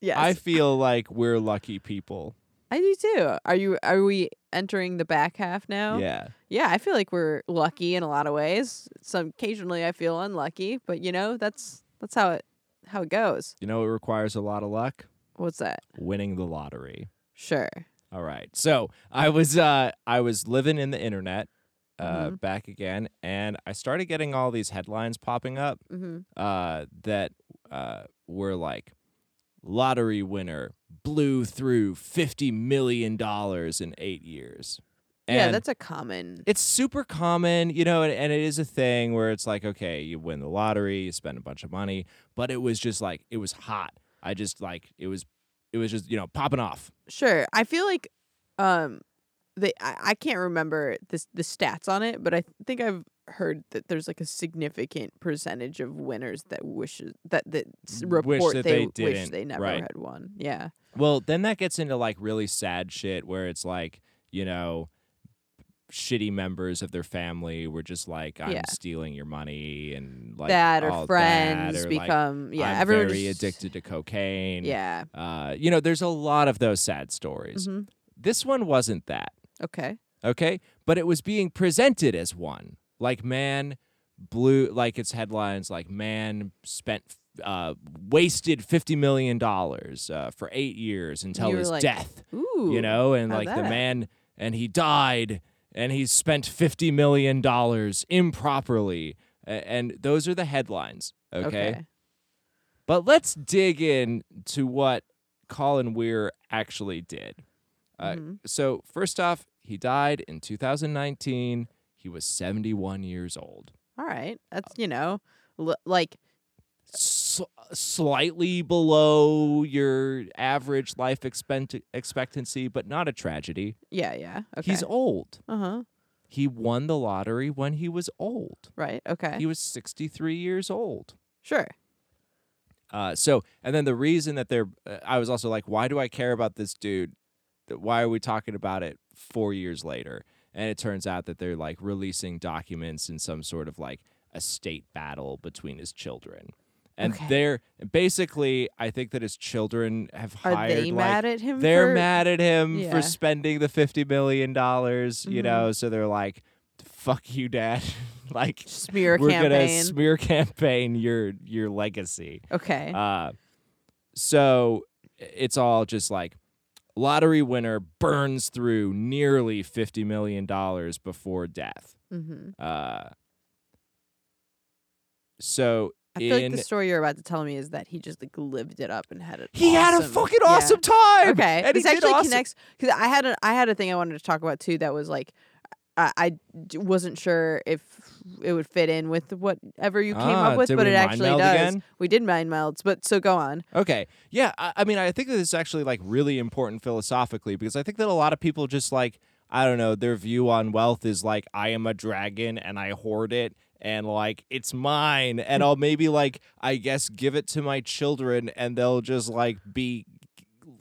S2: Yes.
S1: I feel like we're lucky people.
S2: I do too. Are you are we entering the back half now?
S1: Yeah.
S2: Yeah, I feel like we're lucky in a lot of ways. Some occasionally I feel unlucky, but you know, that's that's how it how it goes.
S1: You know, it requires a lot of luck
S2: What's that?
S1: winning the lottery.
S2: Sure.
S1: All right. So I was uh, I was living in the internet uh,
S2: Mhm.
S1: back again, and I started getting all these headlines popping up
S2: Mhm.
S1: uh, that uh, were like lottery winner blew through fifty million dollars in eight years. And
S2: yeah, that's a common.
S1: it's super common, you know, and, and it is a thing where it's like, okay, you win the lottery, you spend a bunch of money, but it was just like it was hot. I just like it was, it was just you know popping off.
S2: Sure. I feel like um the I, I can't remember this the stats on it, but I think I've heard that there's like a significant percentage of winners that wishes that that s-
S1: Wish
S2: report
S1: that
S2: they,
S1: they
S2: wish
S1: didn't,
S2: they never
S1: right.
S2: had won. Yeah.
S1: Well, then that gets into like really sad shit where it's like, you know, shitty members of their family were just like, I'm
S2: Yeah.
S1: stealing your money and like
S2: that
S1: all that,
S2: or friends
S1: or, like,
S2: become yeah
S1: I'm
S2: everyone
S1: very
S2: just-
S1: addicted to cocaine.
S2: yeah
S1: Uh, you know, there's a lot of those sad stories.
S2: hmm
S1: This one wasn't that,
S2: okay
S1: okay? But it was being presented as one. Like man blew like its headlines like man spent uh, wasted 50 million dollars uh, for 8 years until
S2: You were
S1: his
S2: like,
S1: death
S2: ooh
S1: you know, and
S2: how
S1: like the
S2: that?
S1: man, and he died, and he spent fifty million dollars improperly, A- and those are the headlines. Okay? but let's dig in to what Colin Weir actually did. Uh,
S2: Mhm.
S1: So first off, he died in 2019. He was 71 years old,
S2: all right
S1: uh
S2: that's you know l- like
S1: S- slightly below your average life expect- expectancy, but not a tragedy.
S2: yeah yeah okay
S1: He's old.
S2: uh-huh
S1: He won the lottery when he was old.
S2: right okay
S1: He was 63 years old.
S2: sure
S1: Uh, so, and then the reason that they're, uh, I was also like, why do I care about this dude? Th- Why are we talking about it four years later? And it turns out that they're like releasing documents in some sort of like estate battle between his children. And
S2: Okay.
S1: they're basically, I think that his children have
S2: are
S1: hired
S2: they
S1: like
S2: mad at him
S1: they're
S2: for-
S1: mad at him
S2: Yeah.
S1: for spending the fifty million dollars, you
S2: Mhm.
S1: know, so they're like, fuck you, dad. (laughs) like
S2: smear
S1: we're gonna
S2: campaign
S1: smear (laughs) campaign your your legacy.
S2: okay
S1: Uh so it's all just like lottery winner burns through nearly fifty million dollars before death.
S2: mm-hmm.
S1: Uh so
S2: i feel
S1: in
S2: like the story you're about to tell me is that he just like lived it up and had it
S1: he had a
S2: awesome-
S1: fucking
S2: yeah.
S1: awesome time.
S2: Okay,
S1: and he
S2: this
S1: did
S2: actually
S1: awesome.
S2: connects because I had a I had a thing I wanted to talk about too that was like I, I d- wasn't sure if it would fit in with whatever you came
S1: Ah,
S2: up with,
S1: did
S2: but
S1: we
S2: it
S1: mind
S2: actually
S1: meld
S2: does.
S1: again?
S2: We did mind melds, but so go on.
S1: Okay. Yeah. I, I mean, I think that it's actually like really important philosophically because I think that a lot of people just like, I don't know, their view on wealth is like, I am a dragon and I hoard it and like it's mine. And I'll maybe like, I guess, give it to my children and they'll just like be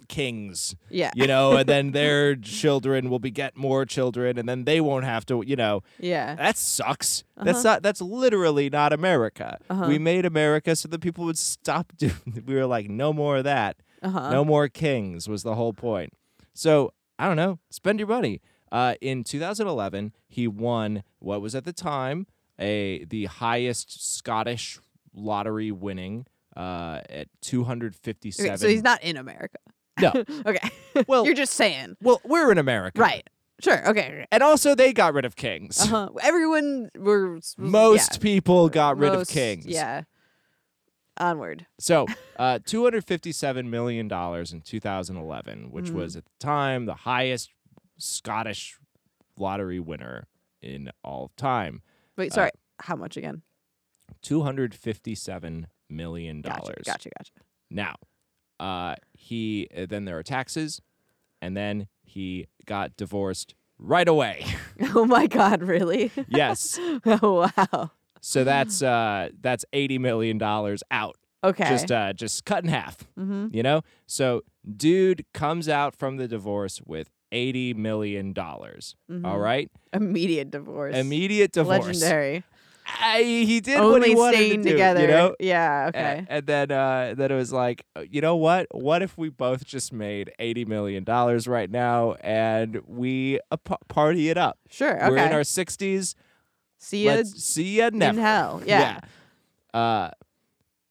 S1: kings,
S2: Yeah,
S1: you know, and then their children will beget more children and then they won't have to, you know.
S2: yeah,
S1: That sucks.
S2: Uh-huh.
S1: That's not. That's literally not America.
S2: Uh-huh.
S1: We made America so that people would stop (laughs) doing. We were like, no more of that.
S2: uh huh.
S1: No more kings was the whole point. So I don't know. Spend your money. Uh, in 2011, he won what was at the time a the highest Scottish lottery winning uh, at 257.
S2: okay, so he's not in America.
S1: No.
S2: (laughs) okay.
S1: Well-
S2: you're just saying,
S1: well, we're in America,
S2: right? Sure. Okay. okay.
S1: And also, they got rid of kings.
S2: Uh huh. Everyone were s- yeah,
S1: Most people got rid
S2: most-
S1: of kings.
S2: Yeah. Onward.
S1: So, uh, two hundred fifty-seven million dollars in two thousand eleven, which
S2: Mhm.
S1: was at the time the highest Scottish lottery winner in all of time.
S2: Wait,
S1: Uh,
S2: sorry. How much again?
S1: Two hundred fifty-seven million
S2: Gotcha.
S1: dollars.
S2: Gotcha. Gotcha. (laughs)
S1: Now, uh, he uh, then there are taxes, and then he got divorced right away. (laughs)
S2: Oh my God! Really?
S1: yes,
S2: (laughs) oh wow.
S1: so that's uh, that's eighty million dollars out,
S2: Okay.
S1: just uh, just cut in half.
S2: mm-hmm.
S1: You know? So, dude comes out from the divorce with $80 million. dollars All right?
S2: mm-hmm. (laughs) Immediate divorce.
S1: Immediate divorce.
S2: Mm. Legendary.
S1: I, he (laughs) did what
S2: Only
S1: he wanted
S2: staying
S1: to do,
S2: together.
S1: You know?
S2: Yeah.
S1: A-
S2: Okay.
S1: And then, uh, then it was like, uh, you know what? What if we both just made eighty million dollars right now and we a- pa- party it up?
S2: sure. Okay.
S1: We're in our sixties.
S2: See you
S1: Let's see ya
S2: in
S1: never.
S2: hell. Yeah.
S1: Yeah. Uh,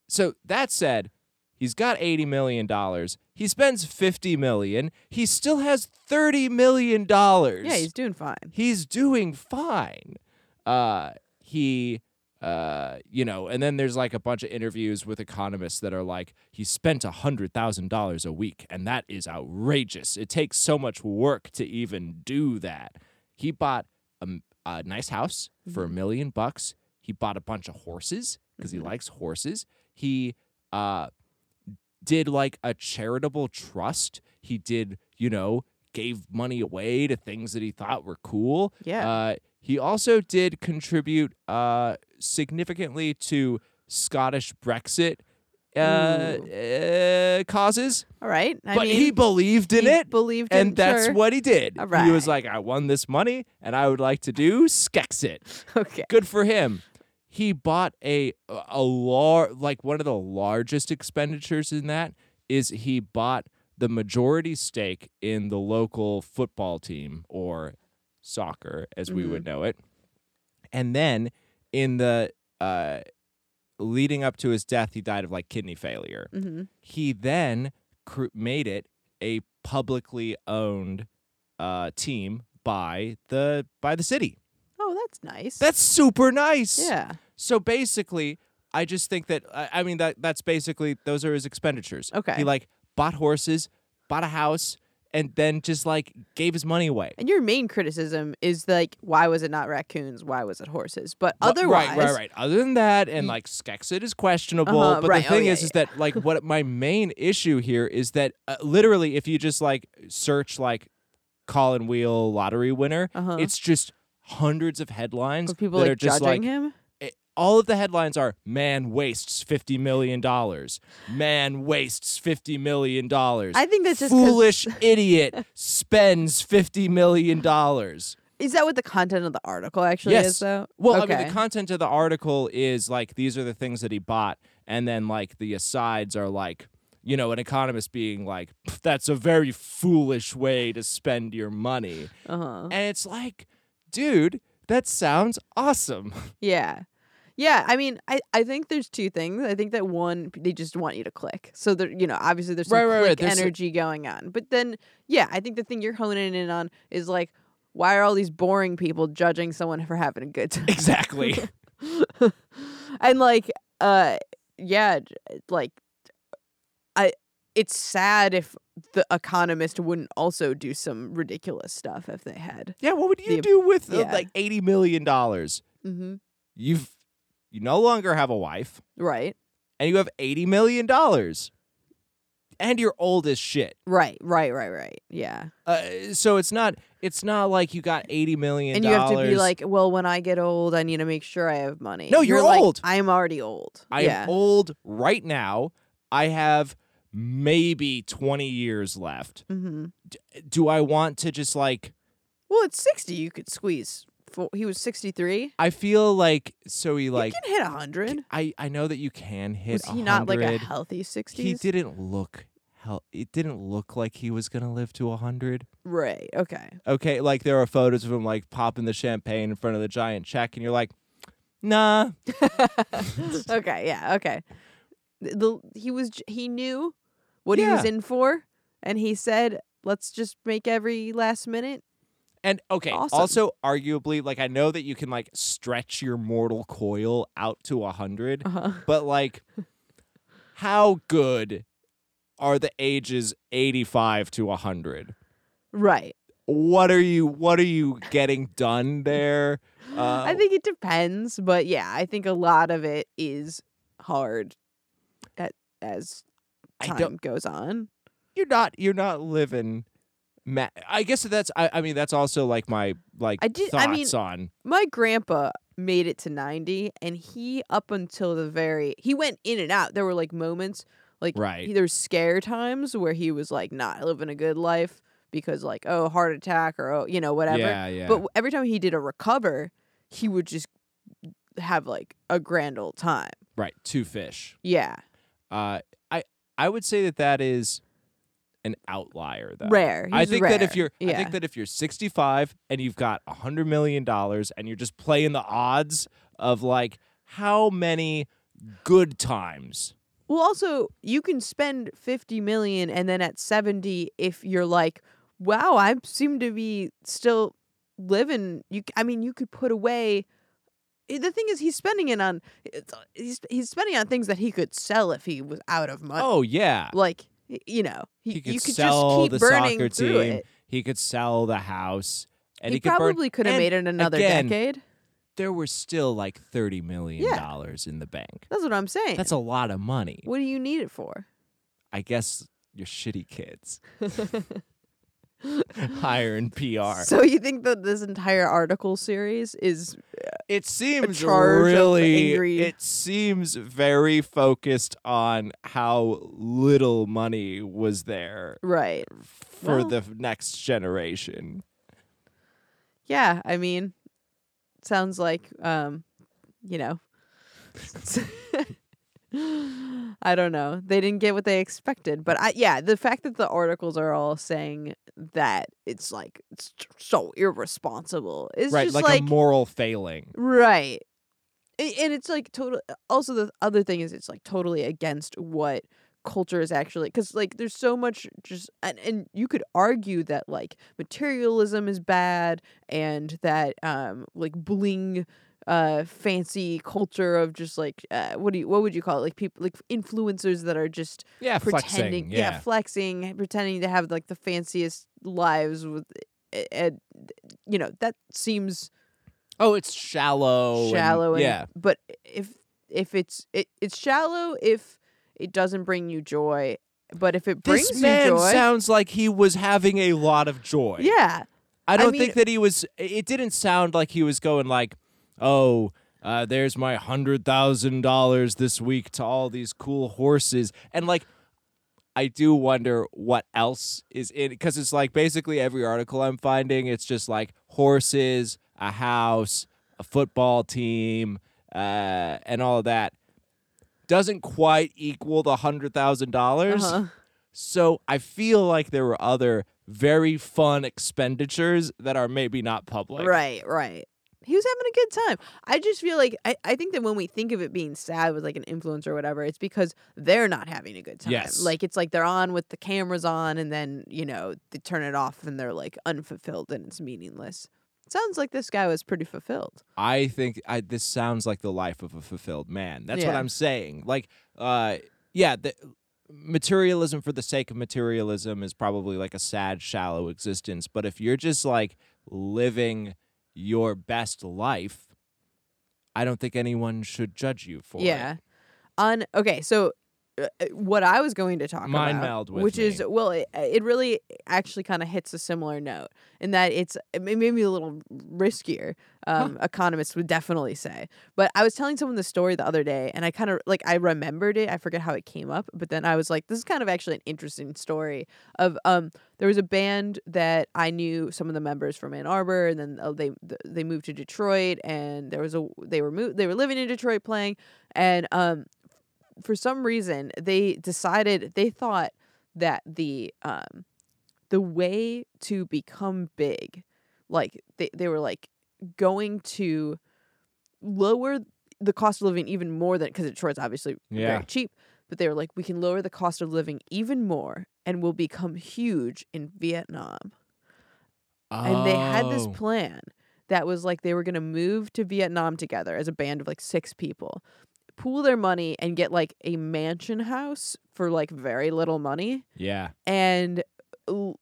S1: so that said, he's got eighty million dollars. He spends fifty million. He still has thirty million dollars.
S2: Yeah. He's doing fine.
S1: he's doing fine. Uh, he, uh, you know, and then there's like a bunch of interviews with economists that are like, he spent a hundred thousand dollars a week, and that is outrageous. It takes so much work to even do that. He bought a, m- a nice house for a million bucks. He bought a bunch of horses because
S2: Mm-hmm.
S1: he likes horses. He uh, did like a charitable trust. He did, you know, gave money away to things that he thought were cool.
S2: Yeah.
S1: Uh, he also did contribute uh, significantly to Scottish Brexit uh, uh, causes,
S2: All right. I
S1: but
S2: mean,
S1: he believed in
S2: he
S1: it.
S2: Believed in
S1: And that's
S2: sure.
S1: what he did.
S2: All
S1: He was
S2: right.
S1: like, I won this money and I would like to do Skexit.
S2: (laughs) Okay.
S1: Good for him. He bought a a lar- like one of the largest expenditures in that is he bought the majority stake in the local football team or soccer as we would know it. And then in the uh leading up to his death he died of like kidney failure
S2: Mm-hmm.
S1: he then cr- made it a publicly owned uh, team by the by the city.
S2: Oh, that's nice.
S1: That's super nice.
S2: yeah.
S1: So basically, I just think that I, I mean that that's basically those are his expenditures.
S2: Okay.
S1: He like bought horses, bought a house, and then just like gave his money away.
S2: And your main criticism is like, why was it not raccoons? Why was it horses? But
S1: Wha-
S2: otherwise,
S1: right, right, right. Other than that, and like Skexit is questionable.
S2: Uh-huh,
S1: but
S2: right.
S1: the
S2: Oh,
S1: thing
S2: yeah,
S1: is, is that like what my main issue here is that uh, literally, if you just like search like Colin Wheel lottery winner,
S2: Uh-huh.
S1: it's just hundreds of headlines
S2: Were people
S1: that
S2: like
S1: are just like
S2: judging him?
S1: it- all of the headlines are man wastes 50 million dollars man wastes 50 million dollars
S2: I think that's just 'cause- (laughs)
S1: foolish idiot spends 50 million dollars
S2: Is that what the content of the article actually is,
S1: Yes.
S2: though?
S1: well,
S2: okay.
S1: I mean, the content of the article is like these are the things that he bought, and then like the asides are like, you know, an economist being like, "Pff, that's a very foolish way to spend your money.
S2: uh-huh.
S1: And it's like, dude, that sounds awesome. (laughs)
S2: Yeah. Yeah, I mean, I, I think there's two things. I think that one, they just want you to click. So there, you know, obviously there's some
S1: Right, right, right.
S2: click
S1: There's some-
S2: energy going on. But then, yeah, I think the thing you're honing in on is like, why are all these boring people judging someone for having a good time?
S1: Exactly.
S2: (laughs) and like uh yeah j- like i it's sad if the economist wouldn't also do some ridiculous stuff if they had
S1: yeah, what would you
S2: The-
S1: do with uh,
S2: yeah.
S1: like eighty million dollars?
S2: mm-hmm.
S1: You've you no longer have a wife,
S2: right
S1: and you have eighty million dollars, and you're old as shit.
S2: right right right right yeah
S1: Uh, so it's not it's not like you got eighty million
S2: and you have to be like well when i get old i need to make sure i have money
S1: No, you're
S2: like,
S1: old.
S2: i'm already old
S1: I
S2: yeah
S1: am old right now. I have maybe twenty years left.
S2: mm-hmm.
S1: Do I want to just like?
S2: well at 60 you could squeeze for he was 63
S1: I feel like so he like
S2: you can hit 100
S1: I I know that you can hit.
S2: was he not like a
S1: 100.
S2: healthy 60s
S1: He didn't look. Hell, it didn't look like he was gonna live to hundred.
S2: right
S1: (laughs)
S2: okay (laughs)
S1: Okay, like there are photos of him like popping the champagne in front of the giant check, and you're like, nah.
S2: okay, yeah, okay. Th- The, he was j- he knew what he was
S1: Yeah.
S2: in for, and he said, "Let's just make every last minute."
S1: And okay,
S2: Awesome.
S1: also arguably, like I know that you can
S2: (laughs)
S1: like stretch your mortal coil out to a 100
S2: Uh-huh.
S1: but like how good are the ages 85 to 100?
S2: Right.
S1: What are you what are you getting done there? Uh,
S2: I think it depends, but yeah, I think a lot of it is hard at, as
S1: I don't-
S2: time goes on.
S1: you're not you're not living ma- I guess that's I, I mean that's also like my like
S2: I did-
S1: thoughts
S2: I mean-
S1: on
S2: My grandpa made it to 90 and he up until the very he went in and out. There were like moments like
S1: Right.
S2: he- there was scare times where he was like not living a good life because like oh heart attack or oh you know whatever.
S1: yeah yeah
S2: But w- every time he did a recover, he would just have like a grand old time.
S1: right two fish.
S2: Yeah.
S1: Uh, I I would say that that is an outlier though.
S2: Rare.
S1: I
S2: He's
S1: think that if
S2: rare.
S1: you're I
S2: Yeah.
S1: think that if you're 65 and you've got 100 million dollars and you're just playing the odds of like how many good times.
S2: Well, also, you can spend 50 million and then at 70 if you're like, "Wow, I seem to be still living." You c- I mean, you could put away eh, the thing is he's spending it on it's- uh, he's he's spending on things that he could sell if he was out of money.
S1: Oh yeah.
S2: Like, y- you know, he,
S1: He could
S2: you could
S1: sell
S2: just
S1: the
S2: keep burning
S1: soccer
S2: through
S1: team
S2: it.
S1: He could sell the house and
S2: he,
S1: he, could burn-
S2: probably could have
S1: and
S2: made it another
S1: again,
S2: decade.
S1: There were still like 30 million
S2: Yeah.
S1: dollars in the bank.
S2: That's what I'm saying.
S1: That's a lot of money.
S2: what do you need it for?
S1: I guess you're shitty
S2: (laughs)
S1: kids. (laughs) Hiring PR.
S2: So you think that this entire article series is
S1: It seems
S2: charge of
S1: really.
S2: angry-
S1: It seems very focused on how little money was there
S2: right?
S1: for
S2: Well-
S1: the next generation.
S2: Yeah, I mean, sounds like um, you know, (laughs) I don't know. They didn't get what they expected, but I yeah, the fact that the articles are all saying that it's like it's t- so irresponsible is
S1: right,
S2: just
S1: like,
S2: like,
S1: a moral failing.
S2: right. A- And it's like total. Also, the other thing is it's like totally against what culture is actually because like there's so much just and, and you could argue that like materialism is bad and that um like bling uh fancy culture of just like uh what do you what would you call it like people like influencers that are just
S1: Yeah,
S2: pretending
S1: flexing.
S2: yeah. flexing pretending to have like the fanciest lives with and you know that seems
S1: Oh, it's shallow. and-
S2: shallow and,
S1: yeah.
S2: but if if it's it, it's shallow if it doesn't bring you joy but if it brings
S1: This
S2: you
S1: man
S2: joy
S1: sounds like he was having a lot of joy.
S2: yeah
S1: I don't
S2: mean-
S1: think that he was. It didn't sound like he was going like, "Oh, uh, there's my hundred thousand dollars this week to all these cool horses," and like, I do wonder what else is in because it's like basically every article I'm finding, it's just like horses, a house, a football team, uh, and all of that. Doesn't quite equal the hundred thousand dollars.
S2: uh-huh.
S1: So I feel like there were other very fun expenditures that are maybe not public.
S2: right right he was having a good time i just feel like I, I think that when we think of it being sad with like an influencer or whatever it's because they're not having a good time
S1: Yes.
S2: like it's like they're on with the cameras on and then you know they turn it off and they're like unfulfilled and it's meaningless sounds like this guy was pretty fulfilled
S1: I think I, this sounds like the life of a fulfilled man. That's what
S2: Yeah.
S1: I'm saying. Like, uh, yeah, the, materialism for the sake of materialism is probably like a sad, shallow existence. But if you're just like living your best life, I don't think anyone should judge you for
S2: yeah.
S1: it.
S2: On okay, so uh, uh, what I was going to talk
S1: Mind
S2: about,
S1: meld with
S2: which is
S1: me.
S2: well, it, uh, it really actually kind of hits a similar note in that it's it may- maybe a little riskier. Um, Economists would definitely say, but I was telling someone the story the other day, and I kind of like I remembered it. I forget how it came up, but then I was like, this is kind of actually an interesting story of um. There was a band that I knew some of the members from Ann Arbor, and then uh, they they moved to Detroit, and there was a they were moved they were living in Detroit playing, and um for some reason they decided they thought that the um the way to become big like they, they were like going to lower the cost of living even more than because Detroit's obviously
S1: Yeah.
S2: very cheap but they were like we can lower the cost of living even more and we'll become huge in Vietnam and they had this
S1: Oh.
S2: plan that was like they were going to move to Vietnam together as a band of like six people. pool their money and get like a mansion house for like very little money
S1: Yeah.
S2: and l-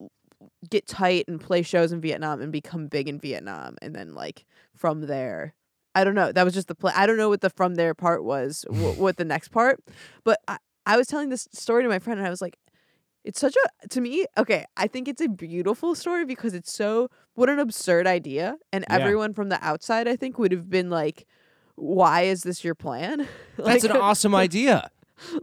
S2: get tight and play shows in Vietnam and become big in Vietnam and then like from there I don't know that was just the play I don't know what the from there
S1: (laughs)
S2: part was what, what the next part but I, I was telling this story to my friend and I was like it's such a to me okay I think it's a beautiful story because it's so what an absurd idea and
S1: Yeah.
S2: everyone from the outside I think would have been like why is this your plan (laughs)
S1: That's an
S2: (laughs) Like- (laughs)
S1: awesome idea.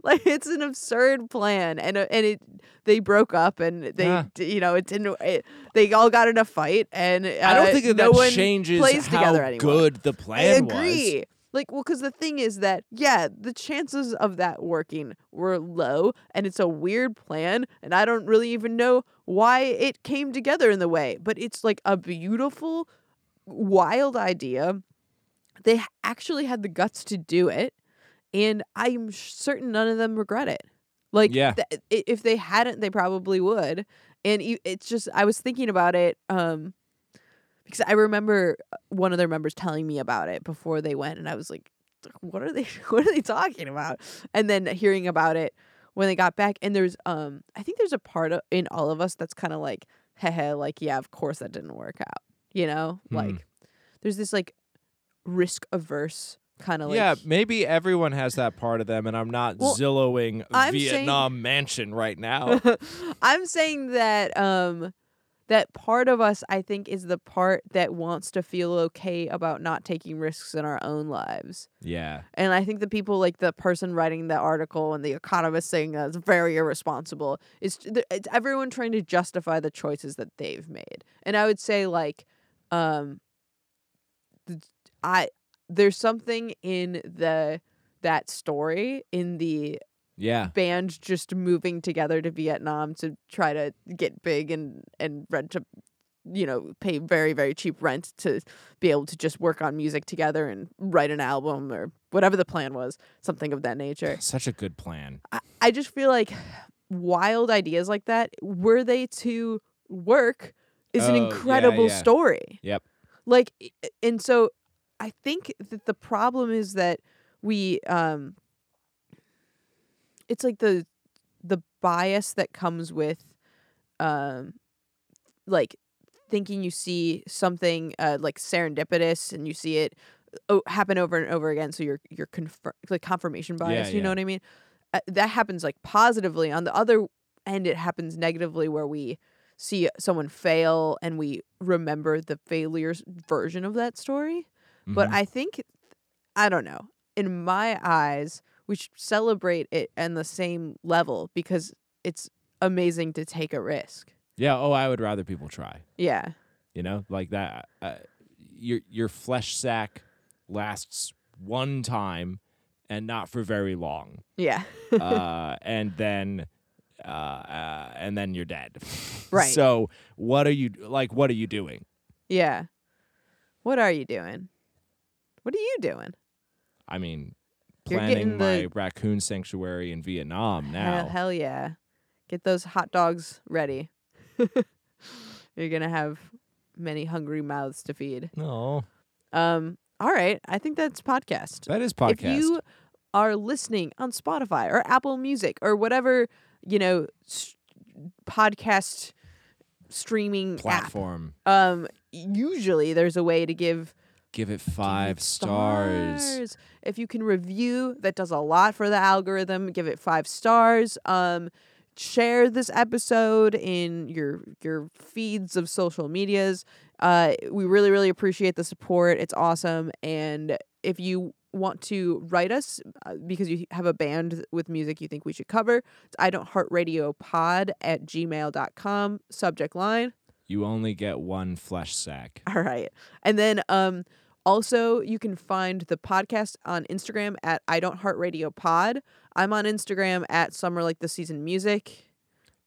S2: like it's an absurd plan and uh, and it they broke up and they
S1: Yeah.
S2: d- you know it didn't it, they all got in a fight and uh,
S1: I don't think that,
S2: no
S1: that
S2: one
S1: changes
S2: plays
S1: how
S2: together anymore.
S1: good the
S2: I
S1: plan
S2: agree
S1: was.
S2: like well because the thing is that yeah the chances of that working were low and it's a weird plan and I don't really even know why it came together in the way but it's like a beautiful wild idea they h- actually had the guts to do it and i'm sh- certain none of them regret it like
S1: Yeah.
S2: th- i- if they hadn't they probably would and you, it's just i was thinking about it um because i remember uh, one of their members telling me about it before they went and i was like what are they (laughs) what are they talking about and then hearing about it when they got back and there's um i think there's a part of, in all of us that's kind of like hehe like yeah of course that didn't work out you know
S1: Hmm.
S2: like there's this like risk averse kind of like (laughs)
S1: yeah, maybe everyone has that part of them, and I'm not
S2: Well,
S1: zillowing
S2: I'm saying-
S1: Vietnam mansion right
S2: (laughs)
S1: now.
S2: I'm saying that um that part of us I think is the part that wants to feel okay about not taking risks in our own lives.
S1: yeah,
S2: And I think the people like the person writing the article and the economist saying that's very irresponsible is it's everyone trying to justify the choices that they've made. And I would say like um th- I there's something in the that story in the
S1: yeah.
S2: band just moving together to Vietnam to try to get big and and rent to you know pay very very cheap rent to be able to just work on music together and write an album or whatever the plan was something of that nature
S1: Such a good plan.
S2: I, I just feel like wild ideas like that were they to work is
S1: Oh,
S2: an
S1: yeah,
S2: incredible
S1: yeah.
S2: story
S1: Yep.
S2: like i- and so i think that the problem is that we um it's like the the bias that comes with um like thinking you see something uh like serendipitous and you see it uh, o- happen over and over again so you're you're confir- like confirmation bias you
S1: yeah.
S2: know what i mean uh, that happens like positively on the other end it happens negatively where we see someone fail and we remember the failures version of that story but
S1: Mhm.
S2: I think I don't know. In my eyes, we should celebrate it on the same level because it's amazing to take a risk.
S1: yeah. Oh, I would rather people try.
S2: Yeah.
S1: You know, like that. Uh, your your flesh sack lasts one time, and not for very
S2: (laughs)
S1: long.
S2: Yeah.
S1: uh, and then uh, uh, and then you're dead.
S2: Right.
S1: (laughs) So what are you like? What are you doing?
S2: Yeah. What are you doing? What are you doing?
S1: I mean,
S2: You're
S1: planning
S2: getting
S1: my
S2: the-
S1: raccoon sanctuary in Vietnam
S2: Hell,
S1: now.
S2: hell yeah. Get those hot dogs ready. (laughs) You're going to have many hungry mouths to feed.
S1: No,
S2: Um all right, I think that's podcast.
S1: that is podcast.
S2: If you are listening on Spotify or Apple Music or whatever, you know, s podcast streaming
S1: Platform,
S2: app, um, usually there's a way to give
S1: give it five stars.
S2: stars. If you can review, that does a lot for the algorithm. Give it five stars. Um, share this episode in your your feeds of social medias. Uh, we really really appreciate the support. It's awesome. And if you want to write us uh, because you have a band with music you think we should cover, it's I don't heart radio pod at gmail.com. Subject line.
S1: You only get one flesh sack.
S2: (laughs) All right. And then um also you can find the podcast on Instagram at I Don't Heart Radio Pod. I'm on Instagram at Summer Like the Season Music.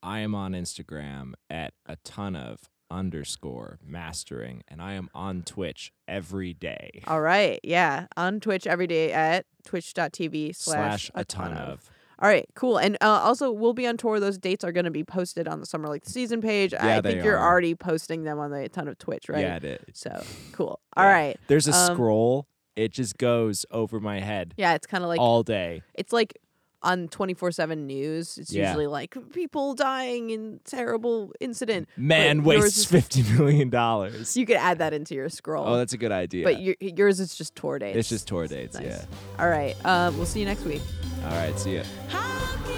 S1: I am on Instagram at a ton of underscore mastering, and I am on Twitch every day
S2: All right. Yeah. On Twitch every day at twitch.tv
S1: slash
S2: slash
S1: a ton of.
S2: All right, cool. And uh, also, we'll be on tour. Those dates are going to be posted on the Summer Like the Season page.
S1: Yeah,
S2: I
S1: they
S2: think you're
S1: are.
S2: already posting them on the ton of Twitch, right?
S1: Yeah, it is.
S2: So cool. All
S1: Yeah.
S2: right.
S1: There's a
S2: Um,
S1: scroll It just goes over my head
S2: Yeah, it's kind of like
S1: all day.
S2: it's like on 24/7 news. It's
S1: Yeah.
S2: usually like people dying in terrible incident.
S1: Man
S2: yours
S1: wastes
S2: is-
S1: fifty million dollars.
S2: So (laughs) you could add that into your scroll.
S1: Oh, that's a good idea.
S2: but your, yours is just tour dates.
S1: it's just tour dates.
S2: nice. All right. Uh, we'll see you next week.
S1: Yeah. All right. See ya.
S3: Hockey